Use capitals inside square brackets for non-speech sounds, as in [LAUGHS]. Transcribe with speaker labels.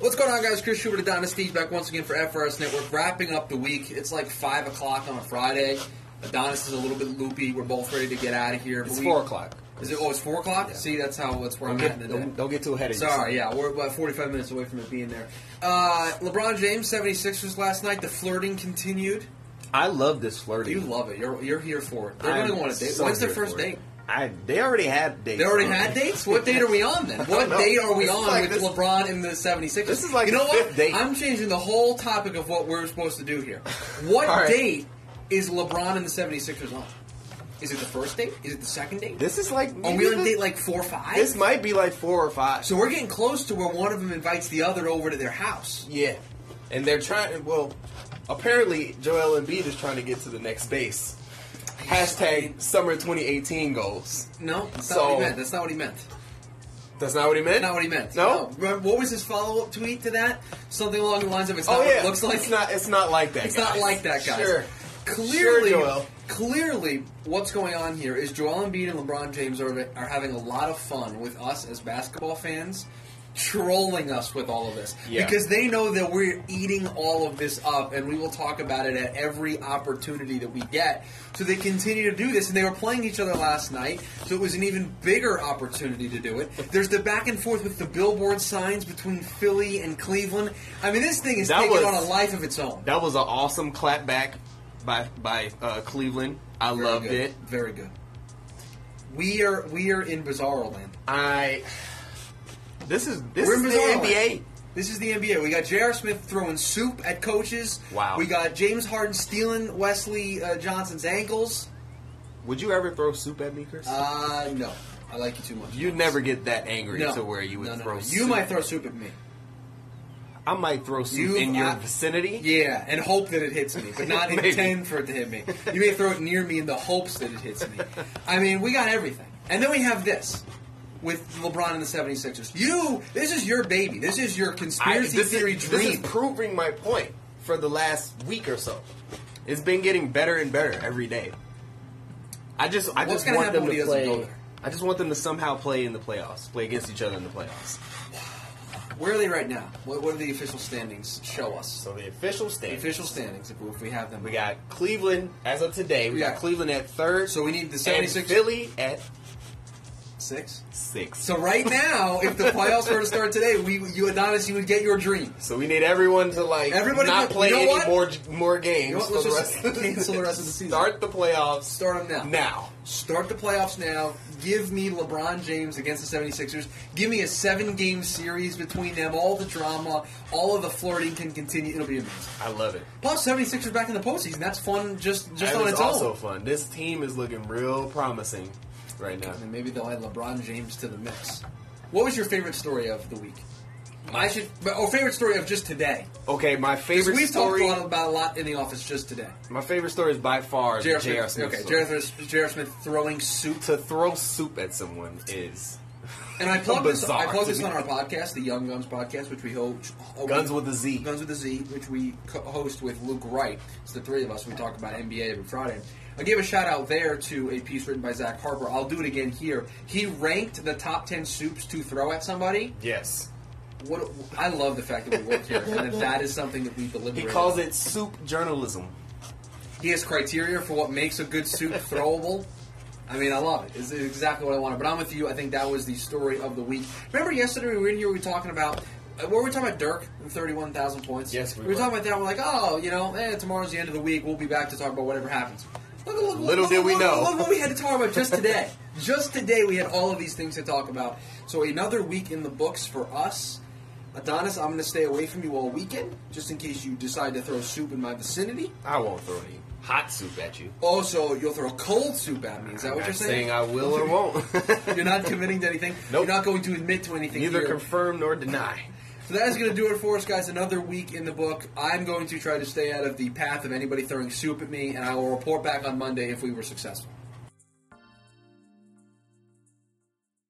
Speaker 1: What's going on, guys? Chris Schubert of Dynasty back once again for FRS Network, wrapping up the week. It's like 5 o'clock on a Friday. Adonis is a little bit loopy. We're both ready to get out of here. but
Speaker 2: It's
Speaker 1: we-
Speaker 2: four o'clock.
Speaker 1: Is it? Oh, it's 4 o'clock?
Speaker 2: Yeah.
Speaker 1: See, that's how that's where
Speaker 2: Don't
Speaker 1: I'm at in
Speaker 2: get,
Speaker 1: the day.
Speaker 2: don't, don't get too ahead of yourself.
Speaker 1: Sorry, yeah, we're about 45 minutes away from it being there. Uh, LeBron James, 76ers last night. The flirting continued.
Speaker 2: I love this flirting.
Speaker 1: You love it. You're you're here for it. They're
Speaker 2: I'm
Speaker 1: going to want to date.
Speaker 2: so
Speaker 1: When's their
Speaker 2: here
Speaker 1: first
Speaker 2: for it.
Speaker 1: date?
Speaker 2: I they already had dates.
Speaker 1: They already
Speaker 2: on
Speaker 1: had
Speaker 2: there.
Speaker 1: dates? What date are we on then? What
Speaker 2: know.
Speaker 1: date are we
Speaker 2: This is
Speaker 1: on
Speaker 2: like
Speaker 1: with
Speaker 2: this-
Speaker 1: LeBron and the 76ers?
Speaker 2: This is like
Speaker 1: You know
Speaker 2: the
Speaker 1: what?
Speaker 2: fifth date.
Speaker 1: I'm changing the whole topic of what we're supposed to do here. What
Speaker 2: All right.
Speaker 1: date is LeBron and the 76ers on? Is it the first date? Is it the second date?
Speaker 2: This is like
Speaker 1: are we on date like 4 or 5?
Speaker 2: this might be like four or five.
Speaker 1: so we're getting close to where one of them invites the other over to their house.
Speaker 2: yeah, and they're trying. Well, apparently Joel Embiid is trying to get to the next base. Hashtag summer 2018 goals.
Speaker 1: No, that's not
Speaker 2: So-
Speaker 1: what he meant. That's not what he meant.
Speaker 2: That's not what he meant.
Speaker 1: Not what he meant.
Speaker 2: No.
Speaker 1: Remember, what was his follow up tweet to that? Something along the lines of it's
Speaker 2: Oh
Speaker 1: not
Speaker 2: yeah.
Speaker 1: what it looks like.
Speaker 2: it's not. It's not like that.
Speaker 1: It's not
Speaker 2: guys.
Speaker 1: like that, guys.
Speaker 2: Sure.
Speaker 1: Clearly,
Speaker 2: Sure, Joel.
Speaker 1: clearly, what's going on here is Joel Embiid and LeBron James are, are having a lot of fun with us as basketball fans, trolling us with all of this
Speaker 2: Yeah.
Speaker 1: because they know that we're eating all of this up, and we will talk about it at every opportunity that we get. So they continue to do this, and they were playing each other last night, so it was an even bigger opportunity to do it. There's the back and forth with the billboard signs between Philly and Cleveland. I mean, this thing is
Speaker 2: That
Speaker 1: taking
Speaker 2: was-
Speaker 1: on a life of its own.
Speaker 2: That was an awesome clapback by by uh, Cleveland. I
Speaker 1: Very
Speaker 2: loved
Speaker 1: good.
Speaker 2: it.
Speaker 1: Very good. We are we are in bizarro land.
Speaker 2: I. This is this
Speaker 1: We're
Speaker 2: is
Speaker 1: in
Speaker 2: the
Speaker 1: bizarro
Speaker 2: NBA.
Speaker 1: land. This is the NBA. We got J.R. Smith throwing soup at coaches.
Speaker 2: Wow.
Speaker 1: We got James Harden stealing Wesley uh, Johnson's ankles.
Speaker 2: Would you ever throw soup at me, Chris?
Speaker 1: Uh, no, I like you too much.
Speaker 2: You'd never get that angry
Speaker 1: no.
Speaker 2: to where you would
Speaker 1: No, no,
Speaker 2: throw.
Speaker 1: no.
Speaker 2: soup.
Speaker 1: You might throw soup at me.
Speaker 2: I might throw soup
Speaker 1: You-
Speaker 2: in your
Speaker 1: I-
Speaker 2: vicinity.
Speaker 1: Yeah, and hope that it hits me, but
Speaker 2: [LAUGHS]
Speaker 1: not
Speaker 2: Maybe.
Speaker 1: intend for it to hit me. You may throw it near me in the hopes that it hits me. I mean, we got everything. And then we have this with LeBron and the 76ers. You, this is your baby. This is your
Speaker 2: I,
Speaker 1: conspiracy
Speaker 2: this,
Speaker 1: theory
Speaker 2: is, this is
Speaker 1: dream.
Speaker 2: proving my point for the last week or so. It's been getting better and better every day. I just I
Speaker 1: What's
Speaker 2: just
Speaker 1: gonna
Speaker 2: want
Speaker 1: happen
Speaker 2: them
Speaker 1: when he
Speaker 2: to
Speaker 1: doesn't
Speaker 2: play.
Speaker 1: go there?
Speaker 2: I just want them to somehow play in the playoffs, play against each other in the playoffs.
Speaker 1: Where are they right now? What, what do the official standings show us?
Speaker 2: So the official
Speaker 1: The
Speaker 2: standings.
Speaker 1: official standings, if, if we have them.
Speaker 2: We got Cleveland as of today. We
Speaker 1: Yeah.
Speaker 2: got Cleveland at third.
Speaker 1: So we need the
Speaker 2: and
Speaker 1: 76
Speaker 2: Philly at
Speaker 1: six.
Speaker 2: six.
Speaker 1: So right now, if the playoffs were to start today, we, you Adonis, you would get your dream.
Speaker 2: So we need everyone to like
Speaker 1: Everybody
Speaker 2: not
Speaker 1: to-
Speaker 2: play
Speaker 1: you know
Speaker 2: any
Speaker 1: what?
Speaker 2: more more games.
Speaker 1: You know what?
Speaker 2: for
Speaker 1: Let's
Speaker 2: the
Speaker 1: just
Speaker 2: rest of the
Speaker 1: cancel
Speaker 2: [LAUGHS]
Speaker 1: the rest of the season.
Speaker 2: Start the playoffs.
Speaker 1: Start 'em now.
Speaker 2: Now.
Speaker 1: Start the playoffs now. Give me LeBron James against the 76ers. Give me a seven game series between them. All the drama, all of the flirting can continue. It'll be amazing.
Speaker 2: I love it.
Speaker 1: Plus, 76ers back in the postseason. That's fun just, just
Speaker 2: That
Speaker 1: on
Speaker 2: is
Speaker 1: its
Speaker 2: also
Speaker 1: own.
Speaker 2: fun. This team is looking real promising right now.
Speaker 1: And then maybe they'll add LeBron James to the mix. What was your favorite story of the week? I should, or favorite story of just today.
Speaker 2: Okay, my
Speaker 1: 'Cause
Speaker 2: favorite
Speaker 1: We've
Speaker 2: story.
Speaker 1: talked a lot about a lot in the office just today.
Speaker 2: my favorite story is by far the
Speaker 1: J.R.
Speaker 2: J.R. Smith.
Speaker 1: okay,
Speaker 2: story.
Speaker 1: J.R. Smith- J.R. Smith throwing soup
Speaker 2: to throw soup at someone is
Speaker 1: And
Speaker 2: [LAUGHS]
Speaker 1: I plugged this. I
Speaker 2: Bizarre
Speaker 1: plugged
Speaker 2: to
Speaker 1: this
Speaker 2: me.
Speaker 1: on our podcast, the Young Guns podcast, which we host.
Speaker 2: Guns with a Z.
Speaker 1: Guns with a Z, which we co- host with Luke Wright. It's the three of us. We talk about NBA every Friday. I gave a shout out there to a piece written by Zach Harper. I'll do it again here. He ranked the top ten soups to throw at somebody.
Speaker 2: yes.
Speaker 1: What I love the fact that we work here, and that, that is something that we deliberate.
Speaker 2: He calls
Speaker 1: on.
Speaker 2: it soup journalism.
Speaker 1: He has criteria for what makes a
Speaker 2: [LAUGHS]
Speaker 1: good soup throwable. I mean, I love it. It's exactly what I wanted. But I'm with you. I think that was the story of the week. Remember yesterday we were in here, we were talking about, uh, were we talking about Dirk and 31,000 points?
Speaker 2: Yes, we
Speaker 1: were.
Speaker 2: were.
Speaker 1: talking about that. We're like, oh, you know, eh, tomorrow's the end of the week. We'll be back to talk about whatever happens. Look, look, look,
Speaker 2: Little
Speaker 1: look,
Speaker 2: did
Speaker 1: look,
Speaker 2: we
Speaker 1: look,
Speaker 2: know.
Speaker 1: Look what we had to talk about just today. [LAUGHS] just today we had all of these things to talk about. So another week in the books for us. Adonis, I'm going to stay away from you all weekend, just in case you decide to throw soup in my vicinity.
Speaker 2: I won't throw any hot soup at you.
Speaker 1: Also, you'll throw cold soup at me. Is that
Speaker 2: I'm
Speaker 1: what you're
Speaker 2: not
Speaker 1: saying?
Speaker 2: saying I will or won't. [LAUGHS]
Speaker 1: You're not committing to anything.
Speaker 2: Nope.
Speaker 1: You're not going to admit to anything.
Speaker 2: Neither
Speaker 1: here.
Speaker 2: confirm nor deny.
Speaker 1: so that is going to do it for us, guys. Another week in the book. I'm going to try to stay out of the path of anybody throwing soup at me, and I will report back on Monday if we were successful.